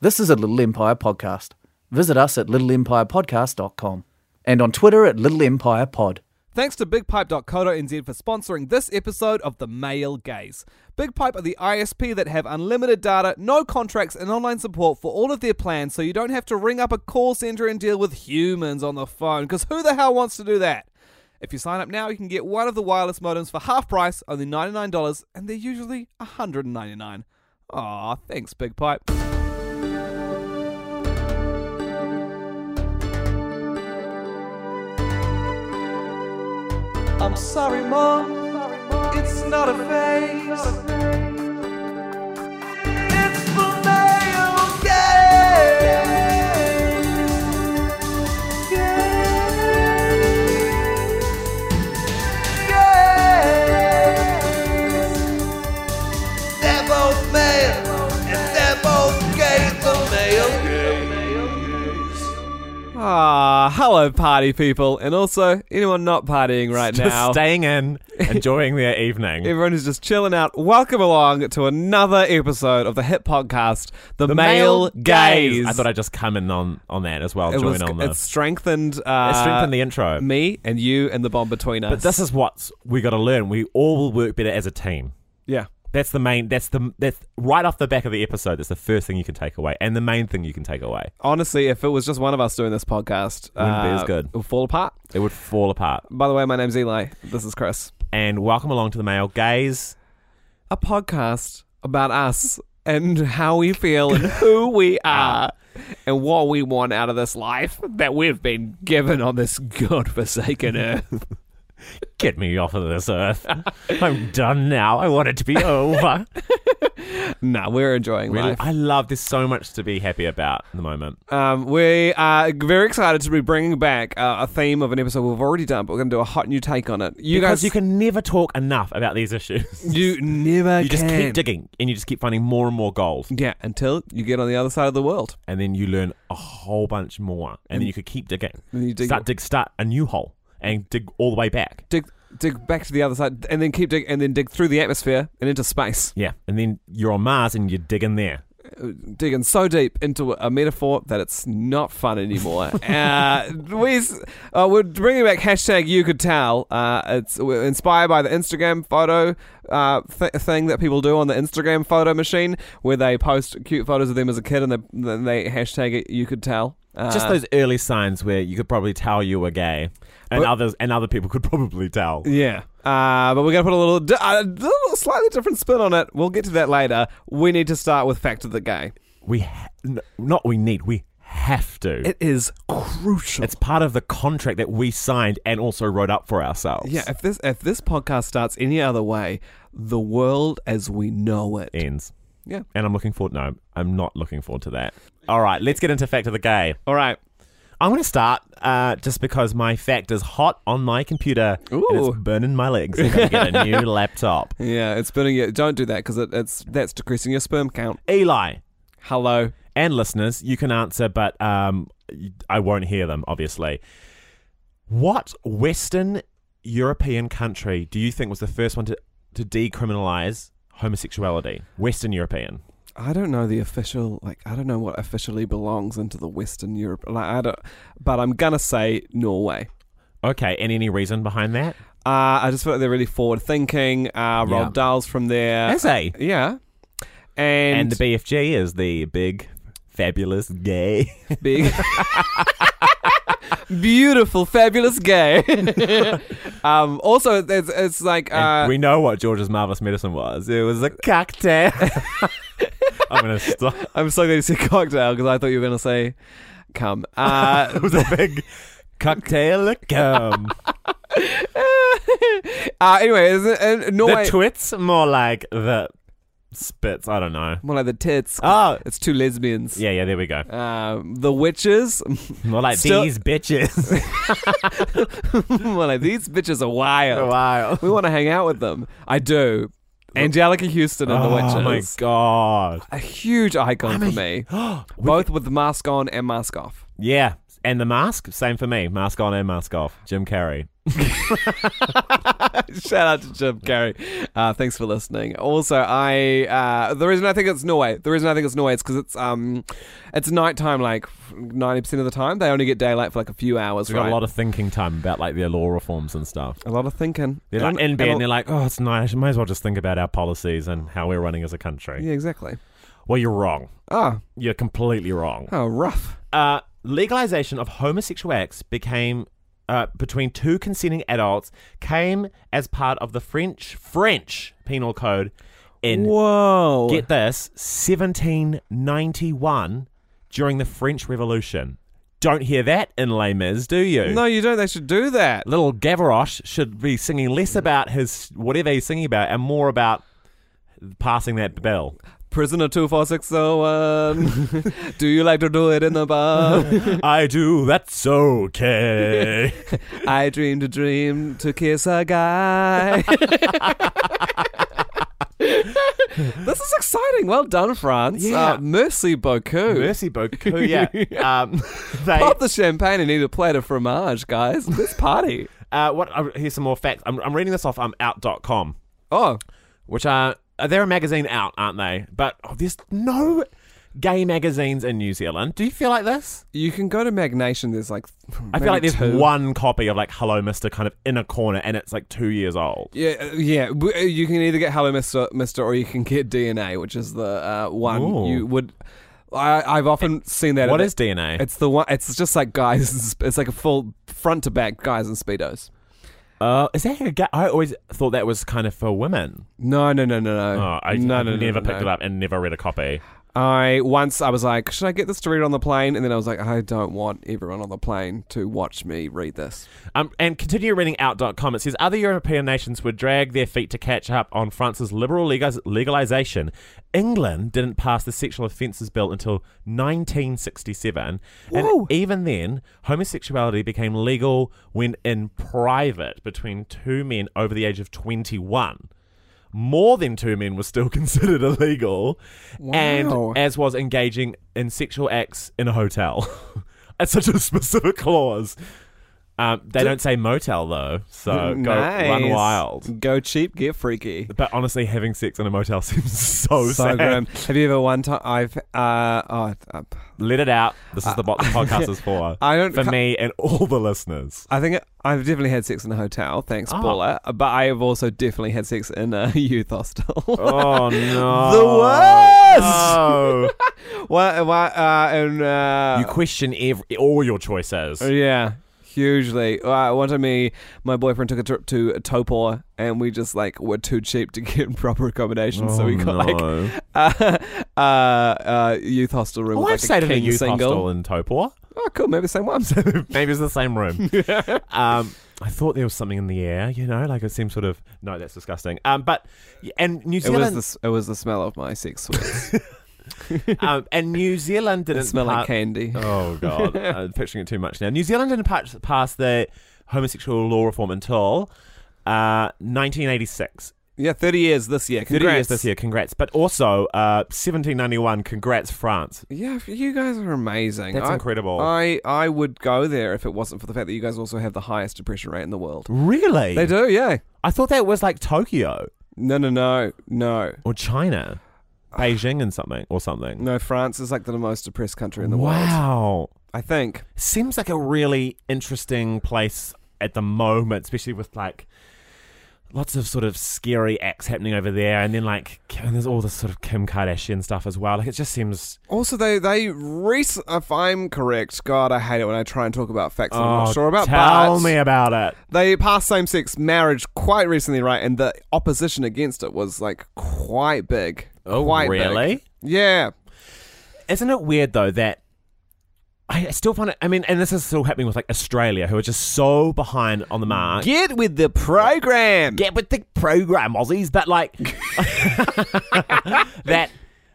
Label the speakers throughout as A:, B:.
A: This is a Little Empire podcast. Visit us at littleempirepodcast.com and on Twitter at Little Empire Pod.
B: Thanks to BigPipe.co.nz for sponsoring this episode of The Male Gaze. BigPipe are the ISP that have unlimited data, no contracts, and online support for all of their plans so you don't have to ring up a call center and deal with humans on the phone, because who the hell wants to do that? If you sign up now, you can get one of the wireless modems for half price, only $99, and they're usually $199. Aw, thanks, BigPipe. I'm sorry, Mom. It's not a phase. It's the male gaze. Gaze. Gaze. They're both male, and they're both gay. The male gaze. Ah, hello, party people, and also anyone not partying right
C: just
B: now.
C: staying in, enjoying their evening.
B: Everyone is just chilling out. Welcome along to another episode of the hit podcast, The, Male, Gaze.
C: I thought I'd just come in on, on that as well.
B: it
C: join
B: was,
C: on
B: it
C: this.
B: strengthened, uh,
C: It strengthened the intro.
B: Me and you and the bond between us.
C: But this is what we got to learn. We all will work better as a team.
B: yeah.
C: That's the main. That's the that's right off the back of the episode. That's the first thing you can take away, and the main thing you can take away.
B: Honestly, if it was just one of us doing this podcast, uh,
C: Wouldn't be as good.
B: It would fall apart.
C: It would fall apart.
B: By the way, my name's Eli. This is Chris.
C: And welcome along to the male gaze.
B: A podcast about us and how we feel and who we are. And what we want out of this life that we've been given on this godforsaken earth.
C: Get me off of this earth. I'm done now. I want it to be over.
B: Nah, we're enjoying
C: Really,
B: life.
C: I love. There's so much to be happy about at the moment.
B: Um, we are very excited to be bringing back uh, a theme of an episode we've already done, but we're going to do a hot new take on it. You
C: because
B: guys,
C: you can never talk enough about these issues.
B: you never
C: You just
B: can.
C: keep digging and you just keep finding more and more gold.
B: Yeah, until you get on the other side of the world.
C: And then you learn a whole bunch more. And, then you could keep digging.
B: Then you dig-
C: start, dig, start a new hole and dig all the way back.
B: Dig, dig back to the other side, and then keep digging, and then dig through the atmosphere and into space. Uh,
C: Yeah. And then you're on Mars and you dig in there.
B: digging so deep into a metaphor that it's not fun anymore. uh, we, s- uh, we're bringing back hashtag you could tell. Uh, it's we're inspired by the Instagram photo uh, th- thing that people do on the Instagram photo machine where they post cute photos of them as a kid and they, then they hashtag it you could tell. Uh,
C: Just those early signs where you could probably tell you were gay. And
B: But-
C: others and other people could probably tell.
B: Yeah. Uh, but we're going to put a little, di- a little slightly different spin on it. We'll get to that later. We need to start with Fact of the Gay.
C: We ha- n- not we need, we have to.
B: It is crucial.
C: it's part of the contract that we signed and also wrote up for ourselves.
B: Yeah, if this if this podcast starts any other way, the world as we know it.
C: ends.
B: Yeah.
C: And I'm looking forward no, I'm not looking forward to that. All right, let's get into fact of the gay.
B: All right.
C: I'm going to start uh, just because my fact is hot on my computer and
B: Ooh.
C: it's burning my legs. I'm going to get a new laptop.
B: Yeah, it's been a year. Don't do that because it, it's that's decreasing your sperm count.
C: Eli
B: Hello.
C: and listeners, you can answer, but um, I won't hear them, obviously. What Western European country do you think was the first one to, to decriminalize homosexuality? Western European.
B: I don't know the official like I don't know what officially belongs into the Western Europe. Like I don't, but I'm gonna say Norway.
C: Okay, and any reason behind that?
B: Uh, I just feel like they're really forward thinking. Uh, Rob
C: Yeah.
B: Dahl's from there. Uh,
C: As a.
B: yeah. And,
C: And the BFG is the big, fabulous gay.
B: big beautiful fabulous gay um also it's, it's like uh
C: And we know what George's marvelous medicine was. It was a cocktail. I'm gonna stop.
B: i'm so glad you said cocktail because i thought you were gonna say come uh
C: It was a big cocktail of cum.
B: uh anyway is it, uh,
C: the
B: norway
C: twits more like the spits. I don't know.
B: More like the tits.
C: Oh,
B: It's two lesbians.
C: yeah, yeah. There we go.
B: Um, the witches.
C: More like
B: Still-
C: these bitches.
B: More like these bitches are wild.
C: wow.
B: We want to hang out with them. I do. Angelica Houston and the witches.
C: Oh my god.
B: A huge icon for me. Both with the mask on and mask off.
C: Yeah. And the mask, same for me. Mask on and mask off. Jim Carrey.
B: Shout out to Jim Carrey. Uh, thanks for listening. Also, I uh, the reason I think it's Norway, the reason I think it's Norway is because it's um, it's nighttime like ninety percent of the time. They only get daylight for like a few hours.
C: We've got
B: right?
C: a lot of thinking time about like their law reforms and stuff.
B: a lot of thinking.
C: They're
B: And-
C: like in
B: and
C: bed
B: a-
C: and they're like, oh, it's nice. Might as well just think about our policies and how we're running as a country.
B: yeah, exactly.
C: Well, you're wrong.
B: Oh,
C: You're completely wrong.
B: oh, rough.
C: Uh, legalization of homosexual acts became uh, between two consenting adults came as part of the French French penal code in
B: Whoa.
C: get this 1791 during the French Revolution. Don't hear that in Les Mis, do you?
B: no, you don't. They should do that.
C: Little Gavroche should be singing less about his whatever he's singing about and more about passing that bill.
B: Prisoner two four six zero one. Do you like to do it in the bar?
C: I do. That's okay.
B: I dreamed a dream to kiss a guy. this is exciting. Well done, France.
C: Yeah.
B: Uh, merci beaucoup.
C: Mercy beaucoup. Yeah. Um, they,
B: Pop the champagne and eat a plate of fromage, guys. Let's party.
C: uh, what? Uh, here's some more facts. I'm, I'm reading this off um, out.com,
B: Oh,
C: which are uh, they're a magazine out, aren't they? But oh, there's no gay magazines in New Zealand. Do you feel like this?
B: you can go to Magnation. There's like,
C: I
B: maybe
C: feel like there's
B: two.
C: one copy of like Hello Mister kind of in a corner, and it's like two years old.
B: Yeah, uh, yeah. W- uh, You can either get Hello Mister, Mister, or you can get DNA, which is the uh, one
C: Ooh.
B: you would. I, I've often seen that.
C: What
B: in-
C: is DNA?
B: It's the one. It's just like guys. in sp- It's like a full front to back guys and speedos.
C: Uh, is that a ga- I always thought that was kind of for women.
B: No, no, no, no, no.
C: Oh,
B: Uh, no,
C: I I've
B: no, no,
C: never
B: no,
C: picked
B: no.
C: it up and never read a copy.
B: I once I was like, should I get this to read on the plane? And then I was like, I don't want everyone on the plane to watch me read this.
C: Um, and continue reading out.com. It says other European nations would drag their feet to catch up on France's liberal legis- legalization. England didn't pass the sexual offences bill until 1967.
B: Whoa.
C: And even then, homosexuality became legal when in private between two men over the age of 21. More than two men was still considered illegal,
B: Wow.
C: and as was engaging in sexual acts in a hotel. That's such a specific clause. Um, they don't say motel though, so Uh, go run
B: Mm, Nice.
C: wild.
B: Go cheap, get freaky.
C: But honestly, having sex in a motel seems so,
B: so
C: sad.
B: grim. Have you ever one time? I've uh oh, I-
C: Let it out. This is the what the podcast is for.
B: Uh, I don't
C: for
B: ca-
C: me and all the listeners.
B: I think I've definitely had sex in a hotel. Thanks,
C: Oh.
B: Paula. But I have also definitely had sex in a youth hostel.
C: Oh no!
B: The worst!
C: No.
B: What? What? Uh, and uh,
C: you question every all your choices.
B: Oh, Yeah, hugely. Uh, one time, me, my boyfriend took a trip to Topor, and we just like were too cheap to get proper accommodation, so we got like
C: no.
B: a uh, uh, youth hostel room.
C: Oh,
B: with,
C: I've
B: like,
C: stayed
B: a
C: in a
B: king
C: youth
B: single.
C: hostel in Topor.
B: Oh, cool. Maybe the same one.
C: Maybe it's the same room. um, I thought there was something in the air, you know, like it seemed sort of no, that's disgusting. Um, but and New
B: It was
C: Zealand
B: the s- it was the smell of my sex sweats.
C: um, and New Zealand
B: it
C: didn't
B: smelled like
C: pa-
B: candy.
C: Oh god, I'm picturing it too much now. New Zealand didn't pa- pass the homosexual law reform until uh, 1986.
B: Yeah, thirty years this year.
C: 30 years
B: Congrats.
C: this year, congrats. But also uh, 1791, congrats France.
B: Yeah, f- you guys are amazing.
C: That's
B: I-
C: incredible.
B: I, I would go there if it wasn't for the fact that you guys also have the highest depression rate in the world.
C: Really?
B: They do, yeah.
C: I thought that was like Tokyo
B: No, no, no, no.
C: or China, Beijing and something or something.
B: No, France is like the most depressed country in the world.
C: Wow.
B: I think.
C: Seems like a really interesting place at the moment, especially with like lots of sort of scary acts happening over there, and then like and there's all this sort of Kim Kardashian stuff as well. Like it just seems
B: Also, they they recent, if I'm correct, God, I hate it when I try and talk about facts that I'm
C: Oh,
B: not sure about.
C: Tell
B: but
C: me about it.
B: They passed same-sex marriage quite recently, right? And the opposition against it was like quite big.
C: Oh,
B: quite big.
C: really?
B: Yeah.
C: Isn't it weird though that I I still find it. I mean, and this is still happening with like Australia, who are just so behind on the mark.
B: Get with the program.
C: get with the program, Aussies. But like that,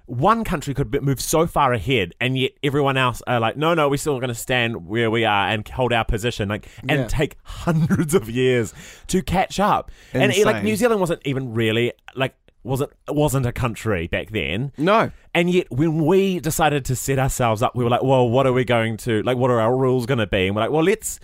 C: one country could be- move so far ahead, and yet everyone else are like, no, no, we're still going to stand where we are and hold our position, like, and
B: Yeah.
C: take hundreds of years to catch up. And eh, like
B: Insane.
C: New Zealand wasn't even really like wasn't wasn't a country back then.
B: No.
C: And yet, when we decided to set ourselves up, we were like, "Well, what are we going to like? What are our rules going to be?" And we're like, "Well, let's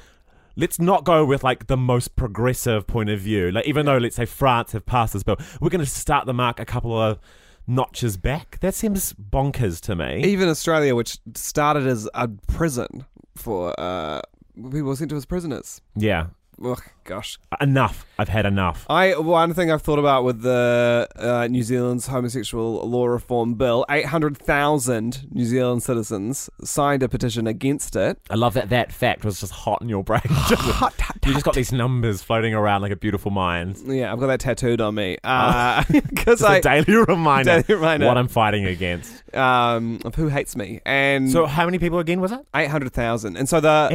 C: let's not go with like the most progressive point of view. Like, even though let's say France have passed this bill, we're going to start the mark a couple of notches back. That seems bonkers to me.
B: Even Australia, which started as a prison for uh, people sent to as prisoners.
C: Yeah,
B: Ugh, gosh.
C: enough. I've had enough.
B: I one thing I've thought about with the uh, New Zealand's homosexual law reform bill, eight hundred thousand New Zealand citizens signed a petition against it.
C: I love that that fact was just hot in your brain. you just got these numbers floating around like a beautiful mind.
B: Yeah, I've got that tattooed on me Uh, because
C: It's Ah. a daily reminder,
B: Daily reminder.
C: what I'm fighting against.
B: I um, of who hates me and
C: So, how many people again was it?
B: eight hundred thousand, and so the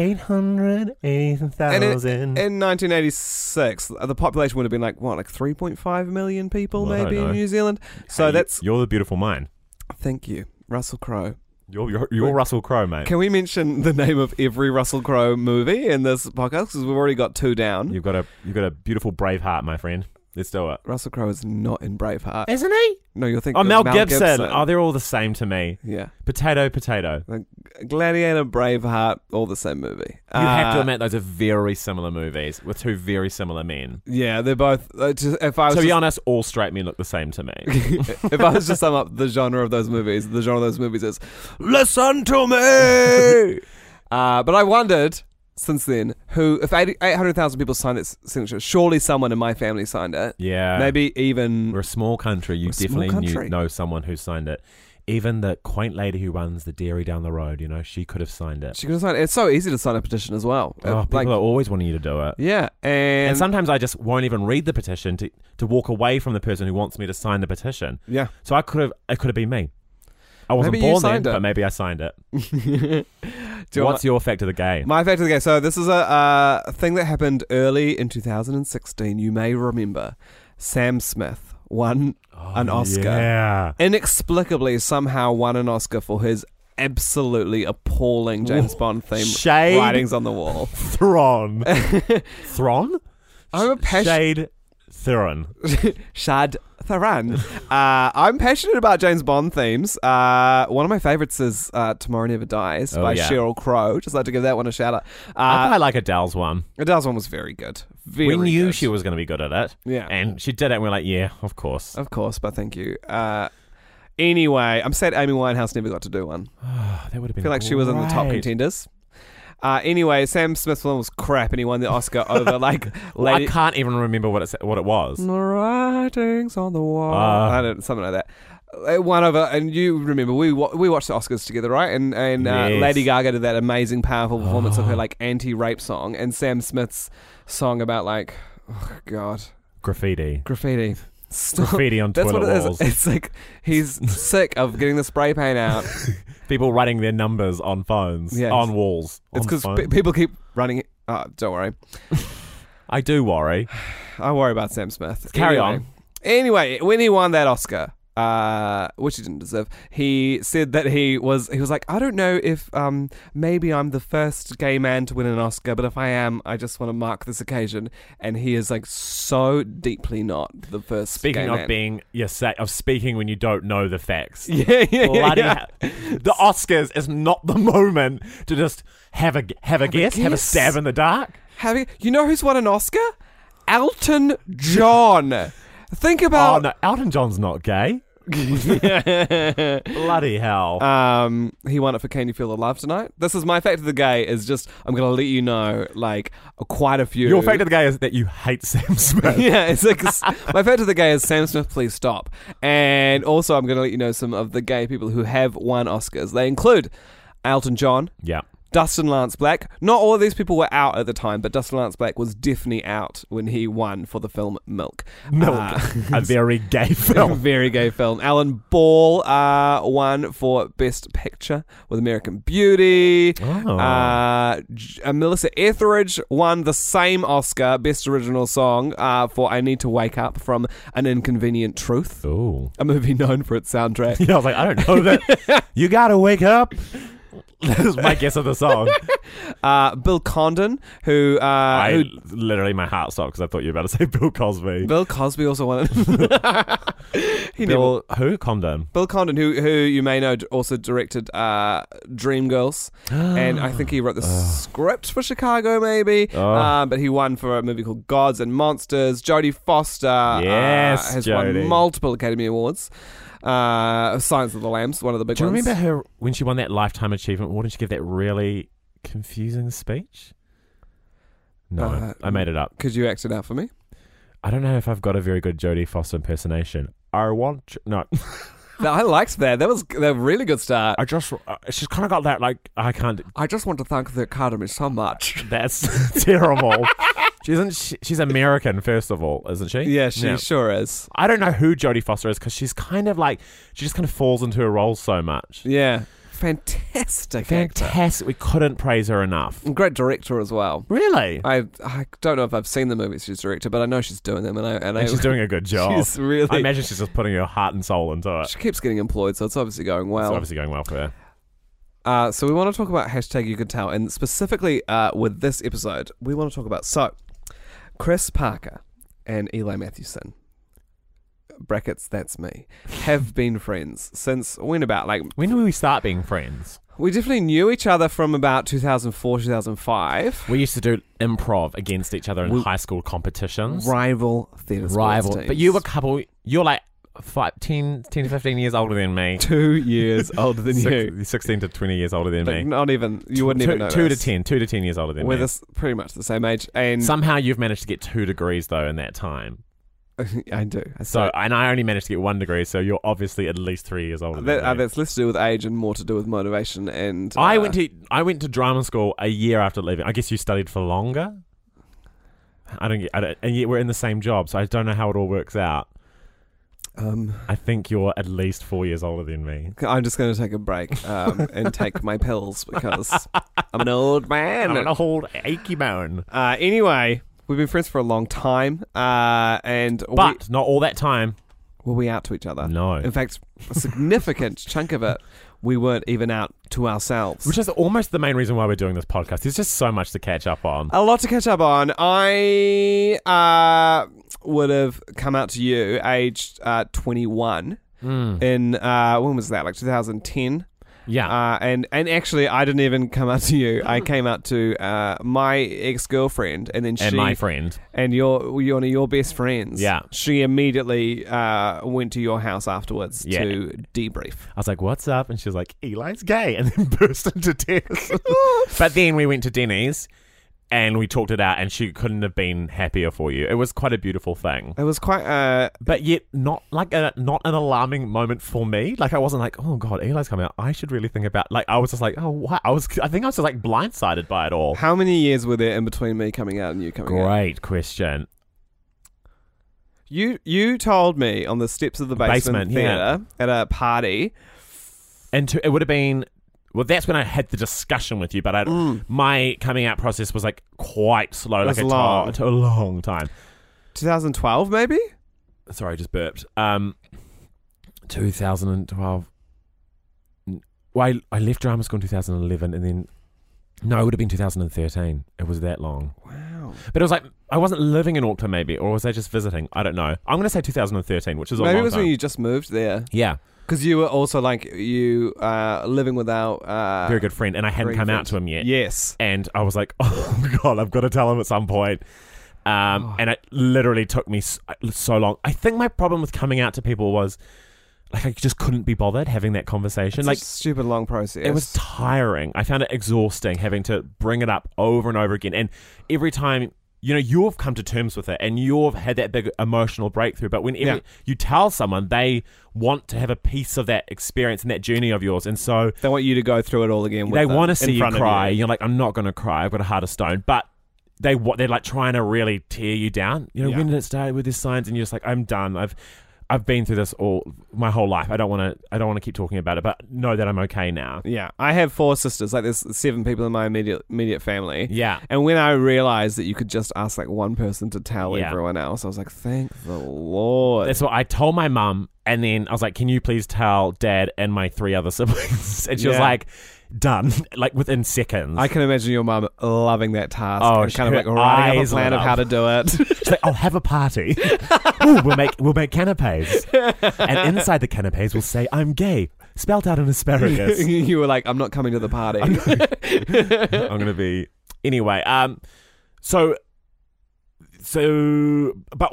C: 808,000.
B: Uh, And in, in 1986, the population would have been like what, like 3.5 million people,
C: Well, I don't
B: maybe in
C: know.
B: New Zealand. So
C: Hey,
B: that's
C: You're the beautiful mind.
B: thank you, Russell Crowe.
C: You're, you're, you're Russell Crowe, mate.
B: Can we mention the name of every Russell Crowe movie in this podcast? Because we've already got two down.
C: You've got a you've got a beautiful brave heart, my friend. Let's do it.
B: Russell Crowe is not in Braveheart.
C: Isn't he?
B: no, you're thinking
C: Oh,
B: of
C: Mel, Gibson. Oh, they're all the same to me.
B: yeah,
C: Potato, potato. You
B: Like, Gladiator, Braveheart, all the same movie. Uh, You
C: have to admit those are very similar movies with two very similar men.
B: Yeah, they're both. Uh, just, if I was
C: To be
B: just-
C: honest, all straight men look the same to me.
B: if I was to sum up the genre of those movies, the genre of those movies is listen to me. uh, but I wondered since then who, if 80 800,000 people signed that signature, surely someone in my family signed it.
C: Yeah.
B: Maybe even
C: We're a small country. You
B: We're a small
C: definitely
B: country.
C: Knew, know someone who signed it. Even the quaint lady who runs the dairy down the road, you know, she could have signed it.
B: she could have signed. It's so easy to sign a petition as well.
C: oh,
B: Uh,
C: people are always wanting you to do it.
B: yeah, and,
C: And sometimes I just won't even read the petition to, to walk away from the person who wants me to sign the petition.
B: yeah.
C: So I could have it could have been me. I wasn't
B: Maybe you
C: born then,
B: signed it.
C: but maybe I signed it.
B: Do you
C: What's your fact of the game?
B: My fact of the game. So this is a uh, thing that happened early in 2016. You may remember Sam Smith won an Oscar.
C: Oh, Yeah.
B: inexplicably somehow won an Oscar for his absolutely appalling James Bond theme
C: Shade.
B: writings on the wall.
C: Thron. Thron?
B: I'm a passion-
C: Shade Theron.
B: Shad Tharan. Uh, I'm passionate about James Bond themes. Uh, one of my favorites is uh, "Tomorrow Never Dies"
C: Oh,
B: by
C: yeah.
B: Cheryl Crow. Just like to give that one a shout out.
C: I
B: Uh,
C: think I like Adele's one.
B: Adele's one was very good. Very
C: we knew
B: good.
C: she was going to be good at it.
B: Yeah.
C: And she did it, and we are like, yeah, of course.
B: of course, but thank you. Uh, anyway, I'm sad Amy Winehouse never got to do one.
C: Oh, that would have
B: I
C: been
B: feel like she was in the top
C: great.
B: contenders. Uh, anyway, Sam Smith's film was crap, and he won the Oscar over like
C: Well,
B: lady
C: I can't even remember what it, sa- what it was.
B: writings on the wall.
C: Ah.
B: I don't, something like that. Uh, One over, and you remember we wa- we watched the Oscars together, right? And and uh,
C: Yes. Ah.
B: Lady Gaga did that amazing, powerful performance of her like anti-rape song, and Sam Smith's song about like, oh god,
C: Graffiti.
B: graffiti. Stop.
C: Graffiti on
B: That's
C: toilet
B: what it is.
C: walls.
B: It's like he's sick of getting the spray paint out.
C: People writing their numbers on phones,
B: Yes.
C: on walls.
B: It's
C: on
B: because
C: phones.
B: people keep running. it- Oh, don't worry.
C: I do worry.
B: I worry about Sam Smith.
C: Carry
B: Anyway.
C: on.
B: Anyway, when he won that Oscar, uh, which he didn't deserve, he said that he was he was like, I don't know if um maybe I'm the first gay man to win an Oscar, but if I am, I just want to mark this occasion. And he is like so deeply not the first.
C: Speaking
B: gay
C: of
B: man.
C: being, yes, say- of speaking when you don't know the facts.
B: yeah, yeah, yeah,
C: Bloody
B: yeah.
C: hell. The Oscars is not the moment to just have a g- have a guess, have a
B: guess.
C: stab in the dark.
B: having you know who's won an Oscar? Elton John. Think
C: Oh,
B: about
C: no, Elton John's not gay. Bloody hell.
B: Um, he won it for Can You Feel the Love tonight. This is my fact of the gay is just I'm gonna let you know like quite a few.
C: Your fact of the gay is that you hate Sam Smith.
B: yeah, it's like s- my fact of the gay is Sam Smith, please stop. And also, I'm gonna let you know some of the gay people who have won Oscars. They include Elton John,
C: yeah.
B: Dustin Lance Black. Not all of these people were out at the time, but Dustin Lance Black was definitely out when he won for the film Milk.
C: Milk,
B: Uh,
C: a very gay film.
B: Very gay film. Alan Ball uh, won for Best Picture with American Beauty.
C: Oh.
B: Uh, J- uh, Melissa Etheridge won the same Oscar, Best Original Song, uh, for I Need to Wake Up from An Inconvenient Truth,
C: Ooh.
B: a movie known for its soundtrack.
C: Yeah, I was like, I don't know that. you gotta wake up. That was my guess of the song.
B: Uh, Bill Condon, who. Uh,
C: I
B: who
C: literally my heart stopped because I thought you were about to say Bill Cosby.
B: Bill Cosby also won it. he never
C: Bill who? Condon.
B: Bill Condon, who who you may know, d- also directed uh, Dreamgirls, and I think he wrote the script for Chicago, maybe. Um, but he won for a movie called Gods and Monsters. Jodie Foster uh,
C: Yes,
B: has
C: Jodie.
B: won multiple Academy Awards. Uh, Silence of the Lambs, one of the big
C: Do you
B: ones.
C: remember her when she won that Lifetime Achievement? Why didn't she give that really confusing speech? No,
B: Uh,
C: I made it up.
B: Could you act it out for me?
C: I don't know if I've got a very good Jodie Foster impersonation. I want you- no.
B: I liked that. That was a really good start.
C: I just uh, she's kind of got that like I can't.
B: I just want to thank the Academy so much.
C: That's terrible. She isn't. She, she's American, first of all, isn't she?
B: Yeah, she sure is.
C: I don't know who Jodie Foster is because she's kind of like she just kind of falls into her role so much.
B: Yeah, fantastic, actor.
C: Fantastic. We couldn't praise her enough.
B: great director as well.
C: Really?
B: I I don't know if I've seen the movies she's directed, but I know she's doing them, and I and, I,
C: and she's doing a good job.
B: She's really-
C: I imagine she's just putting her heart and soul into it.
B: she keeps getting employed, so it's obviously going
C: It's
B: well.
C: obviously going well for her.
B: uh, so we want to talk about hashtag you can tell, and specifically uh, with this episode, we want to talk about so Chris Parker and Eli Mathewson. Brackets, that's me. Have been friends since when about like
C: When do we start being friends?
B: we definitely knew each other from about 2004, 2005.
C: We used to do improv against each other in
B: We-
C: high school competitions.
B: Rival theatre sports
C: Rival.
B: teams.
C: But you were a couple, you're like five, 10, 10 to 15 years older than me.
B: two years older than
C: Six-
B: you.
C: 16 to 20 years older than
B: Like,
C: me.
B: not even you wouldn't
C: two,
B: even know
C: two to 10, two to 10 years older than
B: We're
C: me.
B: this pretty much the same age, and
C: Somehow you've managed to get two degrees though in that time.
B: I do.
C: So, and I only managed to get one degree, so you're obviously at least three years older.
B: that,
C: than
B: uh,
C: me.
B: that's less to do with age and more to do with motivation. And
C: I
B: uh,
C: went to I went to drama school a year after leaving. I guess you studied for longer. I don't get, I don't, and yet we're in the same job, so I don't know how it all works out.
B: Um,
C: I think you're at least four years older than me.
B: I'm just going to take a break um, and take my pills because I'm an old man.
C: I'm an old achy bone.
B: uh, anyway, we've been friends for a long time, uh, and we,
C: But not all that time.
B: were we out to each other?
C: No.
B: In fact, a significant chunk of it, we weren't even out to ourselves.
C: Which is almost the main reason why we're doing this podcast. There's just so much to catch up on.
B: A lot to catch up on. I uh, would have come out to you aged uh, 21 in, uh, when was that, like 2010?
C: Hmm. Yeah. Hmm.
B: Uh, and, and actually, I didn't even come out to you. I came out to uh, my ex girlfriend, and then she.
C: and my friend.
B: and your, your, one of your best friends.
C: Yeah.
B: She immediately uh, went to your house afterwards
C: Yeah.
B: to debrief.
C: I was like, what's up? And she was like, Eli's gay, and then burst into tears. but then we went to Denny's and we talked it out, and she couldn't have been happier for you. It was quite a beautiful thing.
B: It was quite. Uh,
C: But yet, not like a not an alarming moment for me. Like I wasn't like, oh god, Eli's coming out. I should really think about. Like I was just like, oh wow. I was. I think I was just like blindsided by it all.
B: how many years were there in between me coming out and you coming out?
C: Great question.
B: You you told me on the steps of the basement,
C: Basement, yeah.
B: theater at a party.
C: and to, it would have been well that's when i had the discussion with you but I, my coming out process was like quite slow
B: Mm. It was
C: like
B: long.
C: it took- it took a long time
B: 2012 maybe?
C: sorry i just burped um 2012 N- well I, I left drama school in 2011 and then no it would have been 2013 it was that long
B: Wow.
C: but it was like i wasn't living in auckland maybe or was i just visiting i don't know i'm going to say 2013 which is a
B: maybe
C: long
B: it was
C: time.
B: when you just moved there
C: yeah
B: cuz you were also like you uh living without uh
C: very good friend and i hadn't
B: very
C: come
B: good
C: out to him yet
B: Yes.
C: and I was like, "Oh God, I've got to tell him at some point." Um,
B: Oh.
C: And it literally took me so, so long. I think my problem with coming out to people was like I just couldn't be bothered having that conversation.
B: It's
C: like
B: a stupid long process.
C: it was tiring. I found it exhausting having to bring it up over and over again, and every time you know, you've come to terms with it and you've had that big emotional breakthrough. But whenever
B: Yeah.
C: you tell someone, they want to have a piece of that experience and that journey of yours. And so
B: They want you to go through it all again. With
C: they
B: them
C: want to
B: in
C: see you
B: front of
C: cry. You. are like, I'm not going to cry. I've got a heart of stone. But they wa- they're like trying to really tear you down. You know,
B: Yeah.
C: when did it start with these signs? And you're just like, I'm done. I've I've been through this all my whole life. I don't want to. I don't want to keep talking about it. But know that I'm okay now.
B: Yeah, I have four sisters. Like, there's seven people in my immediate immediate family.
C: Yeah.
B: and when I realized that you could just ask like one person to tell
C: Yeah.
B: everyone else, I was like, thank the Lord.
C: That's what I told my mum, and then I was like, "Can you please tell dad and my three other siblings?" And she was
B: Yeah.
C: like, "Done!" like within seconds.
B: I can imagine your mum loving that task.
C: Oh,
B: and kind of
C: her
B: like writing up a
C: eyes
B: plan
C: lit
B: of how
C: up.
B: to do it.
C: She's like, "I'll have a party. Ooh, we'll make we'll make canapes, and inside the canapes we'll say I'm gay, spelled out in asparagus.
B: you were like, I'm not coming to the party.
C: I'm gonna be anyway. Um, so so but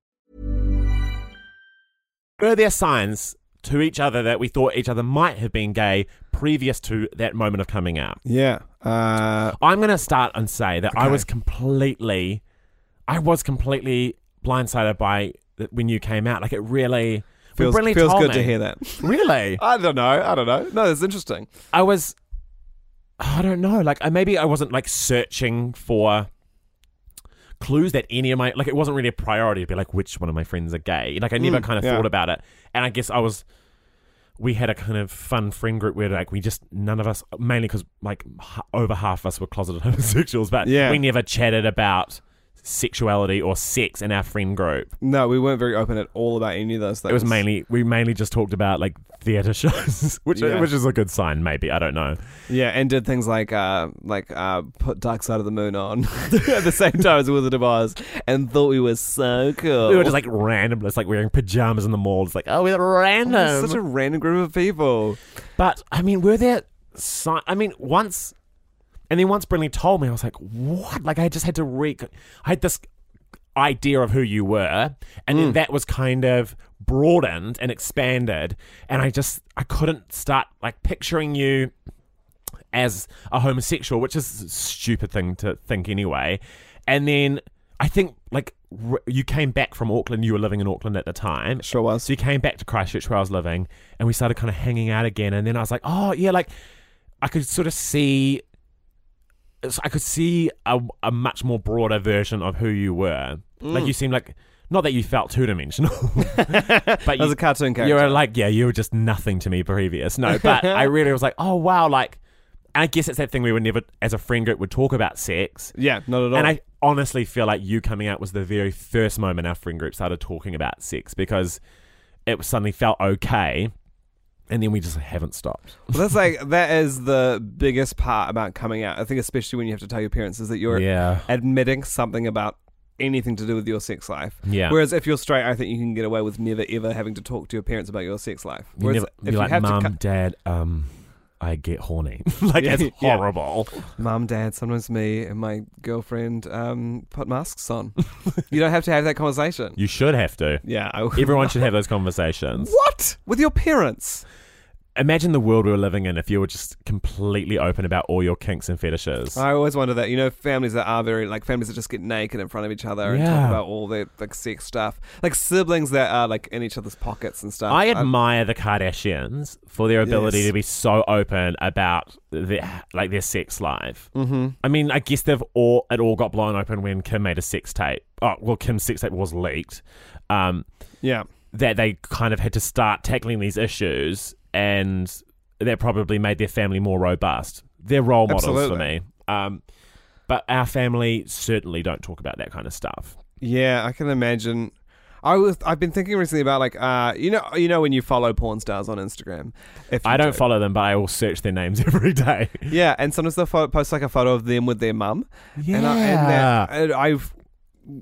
C: were there signs to each other that we thought each other might have been gay previous to that moment of coming out?
B: yeah. Uh,
C: I'm going to start and say that I
B: Okay.
C: was completely, I was completely blindsided by th- when you came out. Like it really
B: feels
C: really
B: feels
C: told
B: good
C: me.
B: to hear that.
C: Really,
B: I don't know. I don't know. No, that's interesting.
C: I was. I don't know. Like I, maybe I wasn't like searching for clues that any of my like it wasn't really a priority to be like which one of my friends are gay. Like I never
B: Mm,
C: kind of
B: yeah.
C: thought about it, and I guess I was. We had a kind of fun friend group where like we just none of us mainly because like h- over half of us were closeted homosexuals, but
B: Yeah.
C: we never chatted about sexuality or sex in our friend group.
B: No, we weren't very open at all about any of those things.
C: It was mainly we mainly just talked about like theater shows, which
B: Yeah.
C: which is a good sign maybe I don't know.
B: Yeah, and did things like uh, like uh, put Dark Side of the Moon on at the same time as Wizard of Oz, and thought we were so cool.
C: We were just like random. It's like wearing pajamas in the mall. It's like, oh, we're random.
B: such a random group of people.
C: but I mean, were there? Si- I mean, once, and then once Brinley told me, I was like, what? Like, I just had to re. I had this idea of who you were, and then that was kind of broadened and expanded, and I just I couldn't start like picturing you as a homosexual, which is a stupid thing to think anyway. And then I think like r- you came back from Auckland, you were living in Auckland at the time.
B: Sure was.
C: So you came back to Christchurch where I was living, and we started kind of hanging out again. And then I was like, oh yeah, like I could sort of see. I could see a, a much more broader version of who you were.
B: Mm.
C: Like you seemed like not that you felt two dimensional, but
B: As
C: you,
B: a cartoon
C: you
B: character,
C: were like, yeah, you were just nothing to me previous. No, but I really was like, oh wow, like, and I guess it's that thing we would never, as a friend group, would talk about sex.
B: yeah, not at all.
C: And I honestly feel like you coming out was the very first moment our friend group started talking about sex because it was- suddenly felt okay, and then we just haven't stopped.
B: Well, that's like that is the biggest part about coming out. I think especially when you have to tell your parents is that you're
C: Yeah.
B: admitting something about anything to do with your sex life.
C: Yeah.
B: Whereas if you're straight, I think you can get away with never ever having to talk to your parents about your sex life.
C: You
B: Whereas
C: never,
B: if
C: you're like,
B: have
C: mum,
B: to, cut-
C: dad, um, I get horny. like
B: Yeah,
C: it's
B: yeah.
C: horrible.
B: mum, dad, sometimes me and my girlfriend um, put masks on. you don't have to have that conversation.
C: You should have to.
B: yeah, I,
C: Everyone should have those conversations.
B: what with your parents?
C: Imagine the world we were living in if you were just completely open about all your kinks and fetishes.
B: I always wonder that. You know, families that are very like families that just get naked in front of each other and talk
C: Yeah.
B: about all their like sex stuff, like siblings that are like in each other's pockets and stuff.
C: I
B: Um,
C: admire the Kardashians for their ability
B: Yes.
C: to be so open about their like their sex life. Mm-hmm. I mean, I guess they've all it all got blown open when Kim made a sex tape. Oh, well, Kim's sex tape was leaked. Um,
B: yeah,
C: that they kind of had to start tackling these issues, and that probably made their family more robust. They're role models for
B: Absolutely.
C: me. Um, but our family certainly don't talk about that kind of stuff.
B: yeah, I can imagine. I was I've been thinking recently about like uh you know you know when you follow porn stars on Instagram. If you
C: I don't
B: do.
C: follow them, but I will search their names every day.
B: Yeah, and sometimes they'll pho- post like a photo of them with their mum. And I, and that, and I've,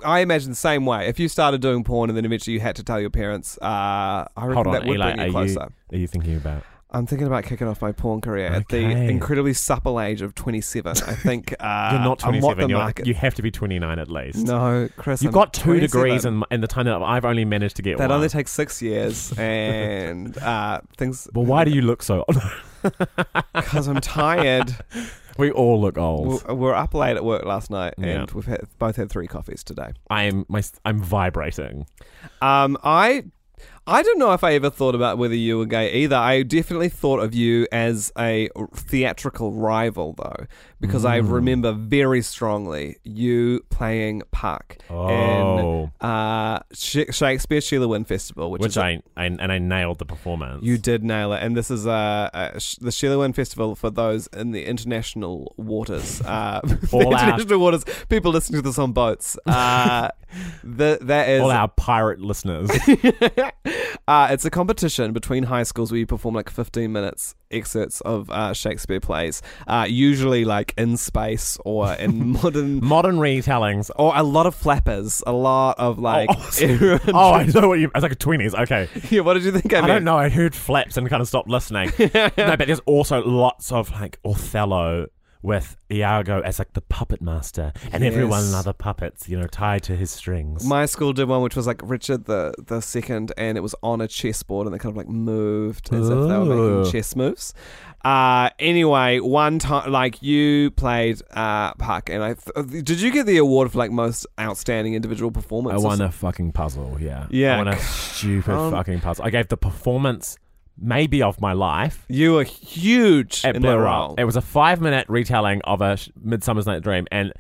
B: I imagine the same way. If you started doing porn and then eventually you had to tell your parents, uh, I reckon
C: Hold on,
B: that would
C: Eli,
B: bring you
C: are,
B: closer.
C: you, are you thinking about?
B: I'm thinking about kicking off my porn career at the
C: Okay.
B: incredibly supple age of 27. I think uh,
C: You're not
B: I'm
C: 27.
B: what the
C: you're-
B: market.
C: you have to be 29 at least.
B: no, Chris,
C: You've
B: I'm
C: got two
B: 27.
C: degrees in, in the time that I've only managed to get
B: That
C: one.
B: only takes six years, and uh, things
C: well, why do you look so old?
B: because I'm tired.
C: we all look old.
B: we we were up late at work last night,
C: Yeah.
B: and we've had, both had three coffees today.
C: I'm my I'm vibrating.
B: Um, I I don't know if I ever thought about whether you were gay either. I definitely thought of you as a theatrical rival, though, because I
C: Mm.
B: remember very strongly you playing Puck
C: Oh.
B: in uh, Sh- Shakespeare Sheila Wynn Festival, which,
C: Which
B: is a-
C: I, I and I nailed the performance.
B: you did nail it, and this is uh, uh, sh- the Sheila Wynn Festival for those in the international waters. Uh, the
C: All out.
B: international waters. People listening to this on boats. Uh, the, that is
C: all our pirate listeners.
B: Uh, it's a competition between high schools where you perform like 15 minutes excerpts of uh, Shakespeare plays, uh, usually like in space or in modern.
C: Modern retellings.
B: Or a lot of flappers, a lot of like.
C: oh, oh, oh, I know what you. It's like a twenties. Okay,
B: yeah, what did you think I,
C: I
B: meant?
C: don't know. I heard flaps and kind of stopped listening. no, but there's also lots of like Othello with Iago as like the puppet master, and everyone
B: Yes.
C: other puppets, you know, tied to his strings.
B: My school did one which was like Richard the the second, and it was on a chessboard, and they kind of like moved as if they were
C: Ooh.
B: making chess moves. Uh, anyway, one time, like you played uh, Puck, and I th- did you get the award for like most outstanding individual performance?
C: I
B: or
C: won a fucking puzzle, yeah.
B: Yeah. Um,
C: I won a stupid
B: on.
C: fucking puzzle. I gave the performance maybe of my life
B: You were huge
C: it
B: in
C: blew
B: that
C: up.
B: role.
C: It was a five minute retelling of a sh- Midsummer's Night Dream, and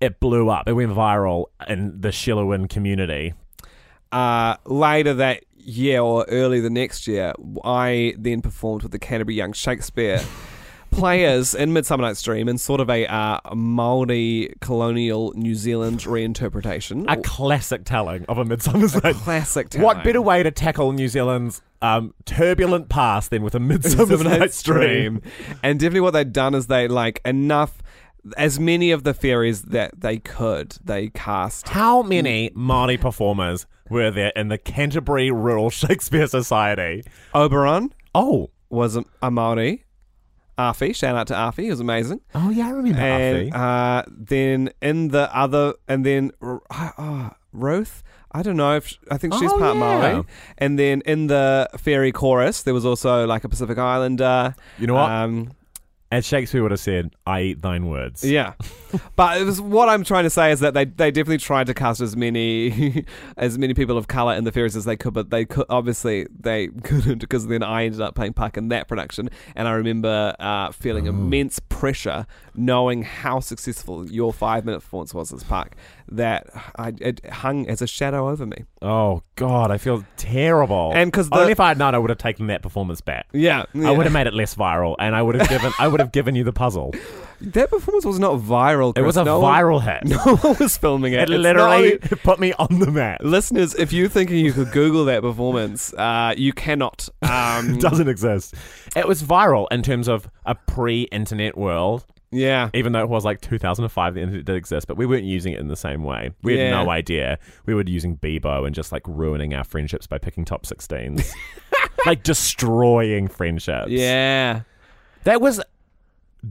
C: it blew up. It went viral in the Shillowin community.
B: Uh, later that year or early the next year, I then performed with the Canterbury Young Shakespeare players in Midsummer Night's Dream in sort of a uh, Maori colonial New Zealand reinterpretation.
C: A classic telling of a Midsummer's Night.
B: classic.
C: What
B: telling.
C: better way to tackle New Zealand's um, turbulent past than with a Midsummer's
B: Midsummer
C: Night
B: Night's
C: Dream?
B: Dream. And definitely what they'd done is they like enough as many of the fairies that they could they cast.
C: How many Māori performers were there in the Canterbury Rural Shakespeare Society?
B: Oberon
C: Oh,
B: was a, a Maori. Afi, shout out to Afi, he was amazing.
C: oh yeah, I remember. Alfie.
B: and uh, then in the other, and then R- oh, Ruth. I don't know if sh I think she's
C: Oh,
B: part
C: yeah.
B: Maori. And then in the fairy chorus, there was also like a Pacific Islander.
C: You know what?
B: Um,
C: As Shakespeare would have said, I eat thine words.
B: yeah, but it was what I'm trying to say is that they they definitely tried to cast as many as many people of color in the fairies as they could, but they could obviously they couldn't because then I ended up playing Puck in that production, and I remember uh, feeling
C: Oh.
B: immense pressure knowing how successful your five minute performance was as Puck that I it hung as a shadow over me.
C: Oh God, I feel terrible.
B: And 'cause the-
C: only if I had known, I would have taken that performance back.
B: Yeah,
C: I would have made it less viral, and I would have given I would have given you the puzzle.
B: that performance was not viral.
C: It
B: Chris.
C: was a
B: No one-
C: viral hit.
B: No one was filming it.
C: It
B: It's not
C: literally
B: only-
C: put me on the map.
B: Listeners, if you're thinking you could Google that performance, uh, you cannot. Um,
C: It doesn't exist. It was viral in terms of a pre-internet world,
B: yeah.
C: even though it was like 2005. The internet did exist, but we weren't using it in the same way. We had
B: Yeah.
C: no idea. We were using Bebo and just like ruining our friendships by picking top 16s, like destroying friendships.
B: Yeah.
C: That was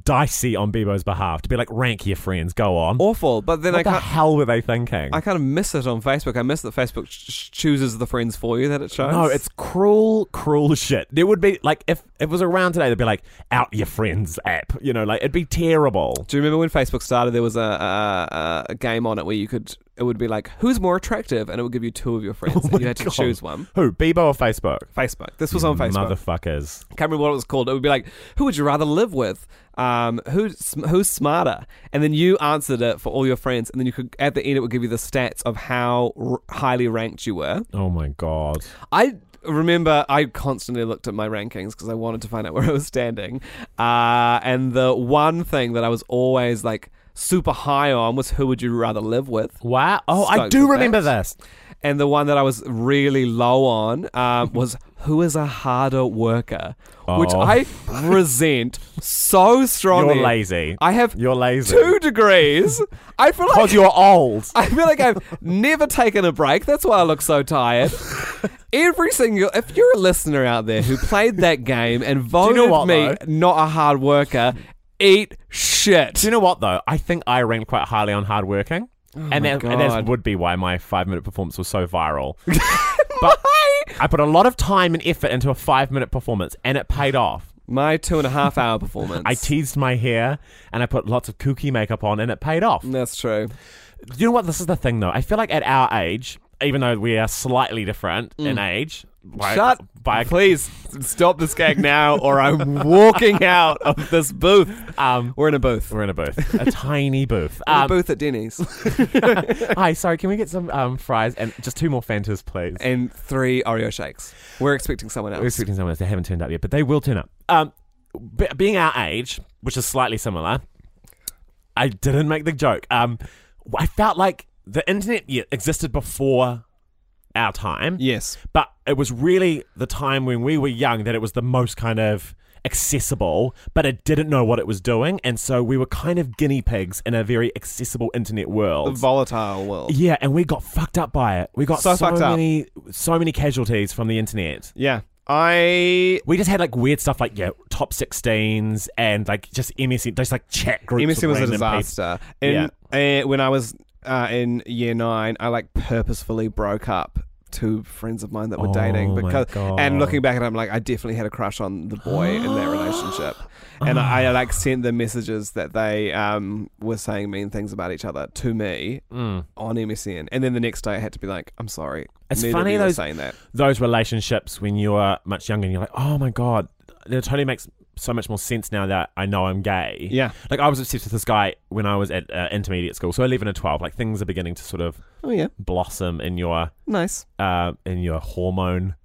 C: dicey on Bebo's behalf to be like, rank your friends, go on.
B: Awful. But then
C: what
B: I
C: the
B: can't.
C: hell were they thinking?
B: I kind of miss it on Facebook. I miss that Facebook ch- ch- chooses the friends for you that it shows.
C: no, it's cruel, cruel shit. There would be like if it was around today, they'd be like, out your friends app. You know, like it'd be terrible.
B: Do you remember when Facebook started? There was a, a, a game on it where you could. It would be like, who's more attractive? And it would give you two of your friends. and you had to
C: Oh God.
B: choose one.
C: Who? Bebo or Facebook?
B: Facebook. This was on Facebook.
C: Motherfuckers.
B: can't remember what it was called. It would be like, who would you rather live with? Um, who's who's smarter? And then you answered it for all your friends, and then you could at the end it would give you the stats of how r- highly ranked you were.
C: Oh my god.
B: I remember I constantly looked at my rankings because I wanted to find out where I was standing. Uh, and the one thing that I was always like super high on was who would you rather live with?
C: Wow. Oh, I
B: Stoked
C: do
B: with
C: remember
B: that.
C: this.
B: and the one that I was really low on um, was who is a harder worker, which
C: Oh.
B: I resent so strongly.
C: You're lazy.
B: I have
C: You're lazy.
B: two degrees. I feel like
C: Because you're old.
B: I feel like I've never taken a break. That's why I look so tired. Every single, if you're a listener out there who played that game and voted
C: what,
B: me
C: though?
B: not a hard worker, eat shit.
C: Do you know what though? I think I ranked quite highly on hard working, and that, and that
B: Oh God.
C: would be why my five minute performance was so viral. but I put a lot of time and effort into a five minute performance, and it paid off.
B: My two and a half hour performance.
C: I teased my hair, and I put lots of kooky makeup on, and it paid off.
B: That's true.
C: Do you know what? This is the thing though. I feel like at our age, even though we are slightly different in age, like,
B: Mm. Shut.
C: by a
B: Please stop this gag now, or I'm walking out of this booth. Uh,
C: Um,
B: We're in a booth. Uh,
C: we're in a booth, a tiny booth.
B: We're in
C: Um,
B: a booth at Denny's.
C: Hi, sorry. Can we get some um, fries and just two more Fantas, please?
B: and three Oreo shakes. We're expecting someone
C: We're
B: else.
C: expecting someone else. They haven't turned up yet, but they will turn up. Um, be- being our age, which is slightly similar, I didn't make the joke. Um, I felt like the internet yeah, existed before our time,
B: Yes.
C: but it was really the time when we were young that it was the most kind of accessible, but it didn't know what it was doing, and so we were kind of guinea pigs in a very accessible internet
B: The
C: world.
B: volatile world.
C: yeah, and we got fucked up by it. We got
B: So
C: so,
B: fucked up.
C: many, so many casualties from the internet.
B: Yeah. I
C: We just had like weird stuff like yeah, top sixteens and like just MSN, just like chat groups.
B: MSN
C: with
B: was a
C: random
B: disaster. And uh, when I was uh, in year nine, I like purposefully broke up two friends of mine that were
C: Oh
B: dating
C: my
B: because
C: God.
B: and looking back at it, I'm like I definitely had a crush on the boy in that relationship. And I, I like sent them messages that they um, were saying mean things about each other to me on MSN. And then the next day I had to be like, I'm sorry.
C: Mm. It's
B: Neither of
C: funny
B: you were
C: those-
B: saying that.
C: People. Those relationships when you are much younger and you're like, oh my god, it totally makes so much more sense now that I know I'm gay.
B: Yeah.
C: like I was obsessed with this guy when I was at uh, intermediate school, so eleven and twelve. Like things are beginning to sort of
B: Oh yeah.
C: blossom in your
B: Nice.
C: uh, in your hormone,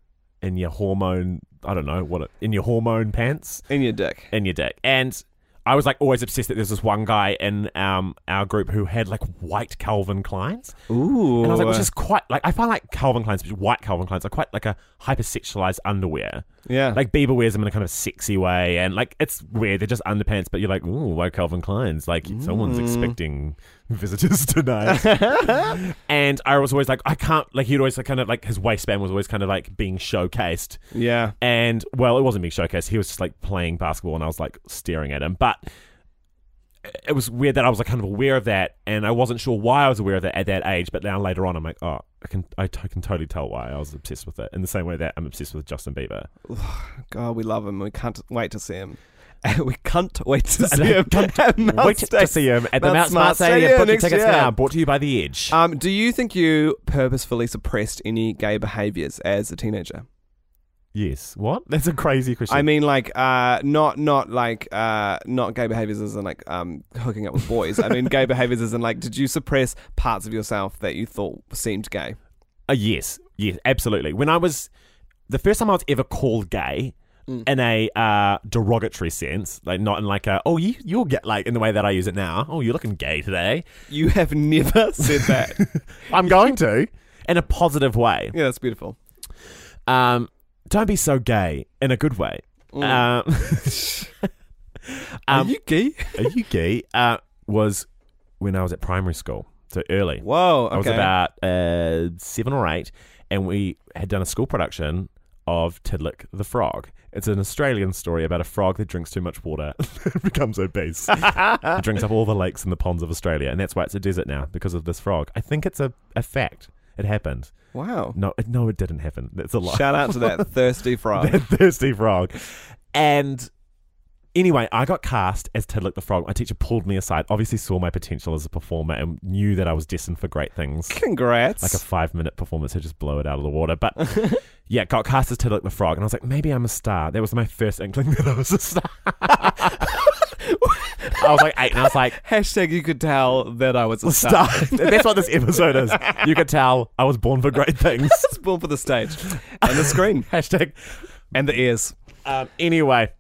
C: in your hormone. I don't know what it, in your hormone pants.
B: In your dick.
C: in your dick. And I was like always obsessed that there's this one guy in um, our group who had like white Calvin Kleins.
B: Ooh.
C: And I was like, which is quite like, I find like Calvin Kleins, white Calvin Kleins, are quite like a hypersexualized underwear.
B: yeah.
C: Like Bieber wears them in a kind of sexy way. And like, it's weird. They're just underpants, but you're like, ooh, white Calvin Kleins. Like, someone's
B: Mm.
C: expecting visitors tonight. and I was always like, I can't, like, he'd always like, kind of like, his waistband was always kind of like being showcased.
B: yeah.
C: And well, it wasn't being showcased. He was just like playing basketball, and I was like staring at him. But it was weird that I was like kind of aware of that, and I wasn't sure why I was aware of that at that age. But now later on, I'm like, oh, I can I t- can totally tell why I was obsessed with it. In the same way that I'm obsessed with Justin Bieber.
B: God, we love him. We can't wait to see him. we can't wait to see him. at Mount
C: Wait to
B: Sta-
C: see him at the
B: Mount
C: Mount
B: Smart
C: Smart Stadium.
B: Stadium
C: Book your
B: next
C: tickets
B: year.
C: now. Brought to you by The Edge.
B: Um, do you think you purposefully suppressed any gay behaviors as a teenager?
C: yes. What? That's a crazy question.
B: I mean, like, uh, not not like uh, not gay behaviors as in like um, hooking up with boys. I mean, gay behaviors as in like, did you suppress parts of yourself that you thought seemed gay?
C: Uh, yes, yes, absolutely. When I was the first time I was ever called gay in a uh, derogatory sense, like not in like a oh you you'll get like in the way that I use it now. Oh, you're looking gay today.
B: You have never said that.
C: I'm going to in a positive way.
B: yeah, that's beautiful.
C: Um, don't be so gay in a good way. Um,
B: Are you gay?
C: are you gay? Uh, was when I was at primary school, so early.
B: Whoa. Okay.
C: I was about uh, seven or eight, and we had done a school production of Tidlick the Frog. It's an Australian story about a frog that drinks too much water and becomes obese. it drinks up all the lakes and the ponds of Australia, and that's why it's a desert now because of this frog. I think it's a, a fact. It happened.
B: wow.
C: No, it- no, it didn't happen. That's a lie.
B: Shout out to that thirsty frog.
C: That thirsty frog. And anyway, I got cast as Tidlick the Frog. My teacher pulled me aside, obviously saw my potential as a performer and knew that I was destined for great things
B: Congrats.
C: like a five minute performance to just blow it out of the water. But yeah, got cast as Tidlick the Frog, and I was like, maybe I'm a star. That was my first inkling that I was a star. I was like eight, and I was like,
B: Hashtag you could tell that I was a
C: star. That's what this episode is. You could tell I was born for great things.
B: It's born for the stage and the screen
C: Hashtag.
B: and the ears.
C: Um, anyway,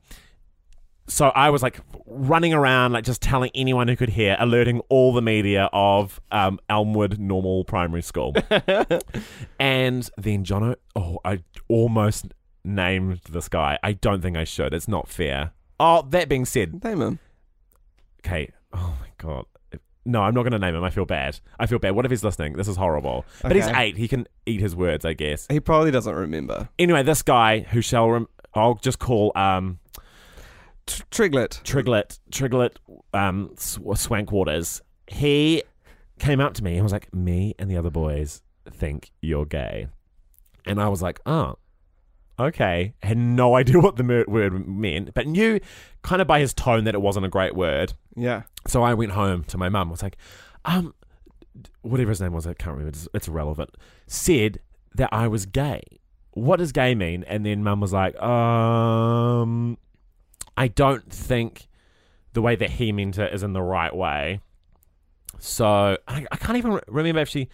C: so I was like running around, like just telling anyone who could hear, alerting all the media of um, Elmwood Normal Primary School. and then Jono, oh, I almost named this guy. I don't think I should. It's not fair. Oh, that being said,
B: Name him.
C: Okay. Oh my god. No, I'm not going to name him. I feel bad. I feel bad. What if he's listening? This is horrible. But he's
B: Okay.
C: eight. He can eat his words, I guess.
B: He probably doesn't remember.
C: Anyway, this guy who shall rem- I'll just call um
B: T- Triglet.
C: Triglet Triglet um sw- Swank Waters. He came up to me and was like, "Me and the other boys think you're gay," and I was like, "Oh." Okay, had no idea what the mer- word meant, but knew kind of by his tone that it wasn't a great word.
B: Yeah.
C: So I went home to my mum. was like, um, whatever his name was, I can't remember. It's, it's irrelevant. Said that I was gay. What does gay mean? And then mum was like, um, I don't think the way that he meant it is in the right way. So I, I can't even re- remember if she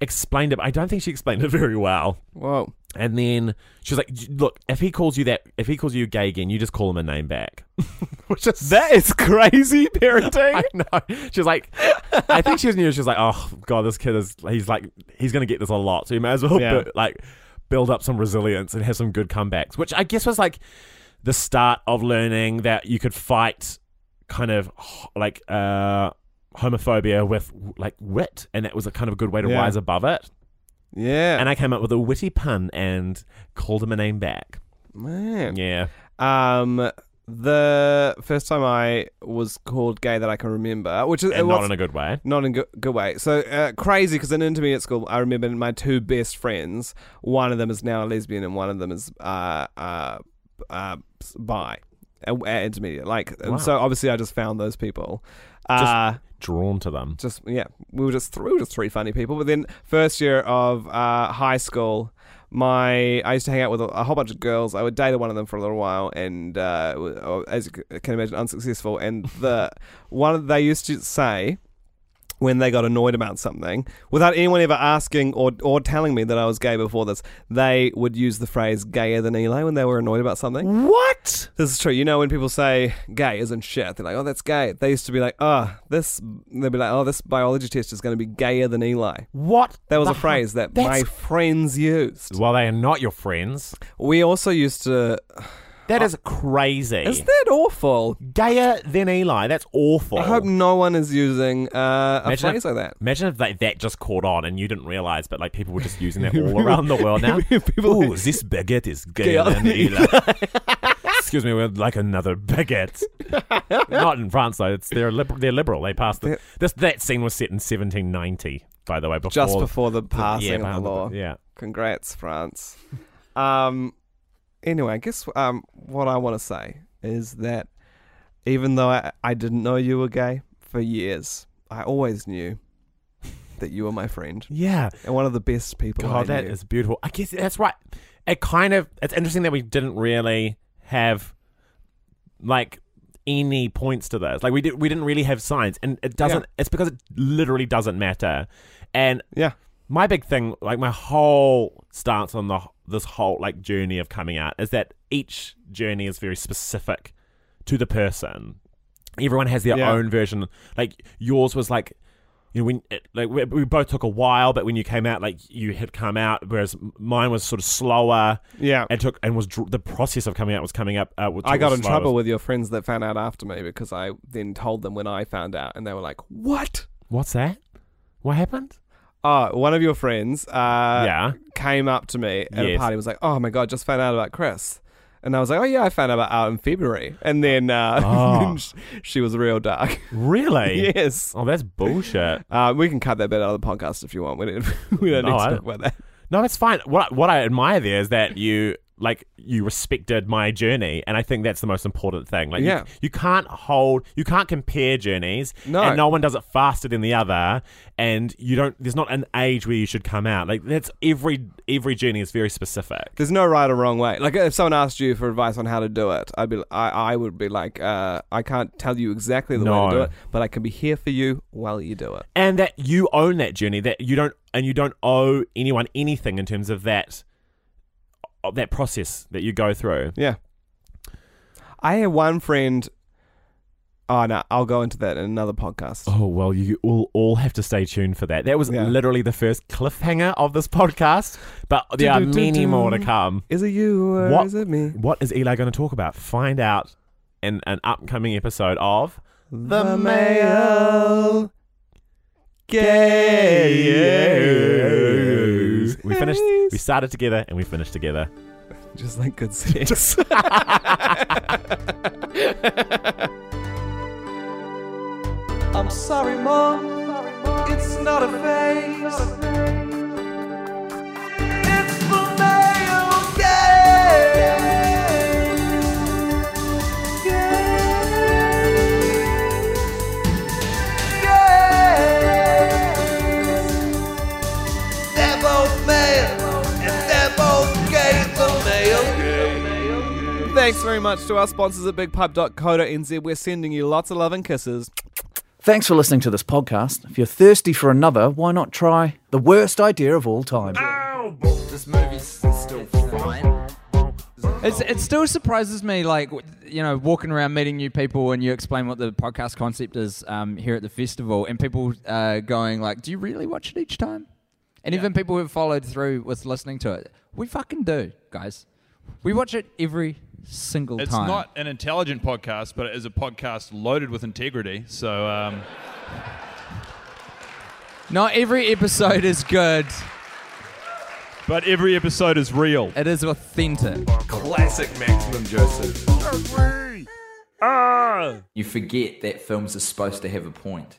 C: explained it. But I don't think she explained it very well.
B: Whoa.
C: And then she was like, "Look, if he calls you that, if he calls you gay again, you just call him a name back." Which is
B: That is crazy
C: I
B: parenting.
C: know. She was like, I think she was new. She was like, oh god, this kid is. He's like, he's gonna get this a lot. So you may as well
B: Yeah.
C: bu- like build up some resilience and have some good comebacks. Which I guess was like the start of learning that you could fight kind of h- like uh homophobia with like wit, and that was a kind of a good way to
B: Yeah.
C: rise above it.
B: yeah.
C: And I came up with a witty pun and called him a name back.
B: Man.
C: Yeah.
B: Um, the first time I was called gay that I can remember, which is
C: And
B: what's-
C: not in a good way.
B: not in good, good way. So uh, crazy because in intermediate school, I remember my two best friends. One of them is now a lesbian, and one of them is uh, uh, uh, s- bi at, at intermediate. Like, and
C: Wow.
B: so obviously, I just found those people.
C: Just-
B: Uh,
C: Drawn to them.
B: just yeah, we were just three, we were just three funny people. But then first year of uh, high school, my I used to hang out with a, a whole bunch of girls. I would date one of them for a little while, and uh, w- oh, as you c- can imagine, unsuccessful. And the one of- they used to say when they got annoyed about something, without anyone ever asking or or telling me that I was gay before this, they would use the phrase "gayer than Eli" when they were annoyed about something.
C: What?
B: This is true. You know when people say gay isn't shit, they're like, oh, that's gay. They used to be like, oh, this. They'd be like, oh, this biology test is going to be gayer than Eli.
C: What?
B: That was
C: the
B: a phrase that
C: that's-
B: my friends used.
C: Well, they are not your friends.
B: We also used to.
C: That is crazy.
B: Is that awful?
C: gayer than Eli? That's awful.
B: I hope no one is using uh, a
C: Imagine
B: phrase
C: if,
B: like that.
C: Imagine if like, that just caught on and you didn't realize, but like people were just using that all around the world now.
B: People
C: Ooh,
B: like-
C: this baguette is gayer
B: Gayer
C: than
B: than
C: Eli. Excuse me, we'd like another baguette. Not in France though. It's they're liber- they're liberal. They passed the, this. That scene was set in 1790, by the way. Before
B: Just before the passing
C: yeah,
B: of the law.
C: yeah.
B: Congrats, France. um, anyway, I guess um, what I want to say is that even though I, I didn't know you were gay for years, I always knew that you were my friend
C: Yeah.
B: and one of the best people. I
C: God, that
B: knew.
C: is beautiful. I guess that's right. It kind of it's interesting that we didn't really have like any points to this. Like we did, we didn't really have signs, and it doesn't. It's because it literally doesn't matter. And
B: yeah.
C: my big thing, like my whole stance on the this whole like journey of coming out, is that each journey is very specific to the person. Everyone has their
B: Yeah.
C: own version. Like yours was like, you know, when it, like we, we both took a while, but when you came out, like you had come out, whereas mine was sort of slower.
B: Yeah.
C: and took and was dr- the process of coming out was coming up. Uh, was-
B: I got
C: was
B: in
C: slower.
B: trouble with your friends that found out after me because I then told them when I found out, and they were like, "What?"
C: What's that? What happened?
B: Oh, one of your friends. Uh,
C: yeah.
B: came up to me at a
C: Yes.
B: party and was like, "Oh my god, just found out about Chris." And I was like, "Oh yeah, I found out about out in February." And then, uh,
C: Oh.
B: then sh- she was real dark.
C: Really?
B: yes.
C: Oh, that's bullshit.
B: Uh, we can cut that bit out of the podcast if you want. We don't, we don't
C: No,
B: need to
C: I
B: talk
C: don't-
B: about that.
C: No, that's fine. What what I admire there is that you like you respected my journey, and I think that's the most important thing. Like, you-
B: Yeah.
C: you, can't hold, you can't compare journeys,
B: No.
C: and no one does it faster than the other, and you don't. There's not an age where you should come out. Like that's every every journey is very specific.
B: There's no right or wrong way. Like if someone asked you for advice on how to do it, I'd be, I, I would be like, uh, I can't tell you exactly the way
C: No.
B: to do it, but I can be here for you while you do it.
C: and that you own that journey that you don't and you don't owe anyone anything in terms of that of that process that you go through
B: Yeah. I had one friend. Oh no, I'll go into that in another podcast.
C: Oh well, you will all have to stay tuned for that. That was
B: Yeah.
C: literally the first cliffhanger of this podcast, but there are many
B: Do-do-do-do.
C: more to come.
B: Is it you or
C: What-
B: is it me?
C: What is Eli going to talk about? Find out in an upcoming episode of The,
B: Gays.
C: We finished. We started together and we finished together.
B: Just like good sex. I'm sorry, Mom. It's not a phase. It's the male gaze. Gaze. They're both male, and they're both gay, the male gay. Thanks very much to our sponsors at bigpipe.co.nz. We're sending you lots of love and kisses.
A: Thanks for listening to this podcast. If you're thirsty for another, why not try the worst idea of all time?
D: This movie's still fine.
E: It's, it still surprises me, like, w- you know, walking around meeting new people and you explain what the podcast concept is um, here at the festival and people uh, going, like, do you really watch it each time? And even people who have followed through with listening to it. We fucking do, guys. We watch it every single
D: It's
E: time.
D: not an intelligent podcast, but it is a podcast loaded with integrity. So um,
E: Not every episode is good.
D: but every episode is real.
E: It is authentic.
D: Classic Maximum Joseph.
F: You forget that films are supposed to have a point.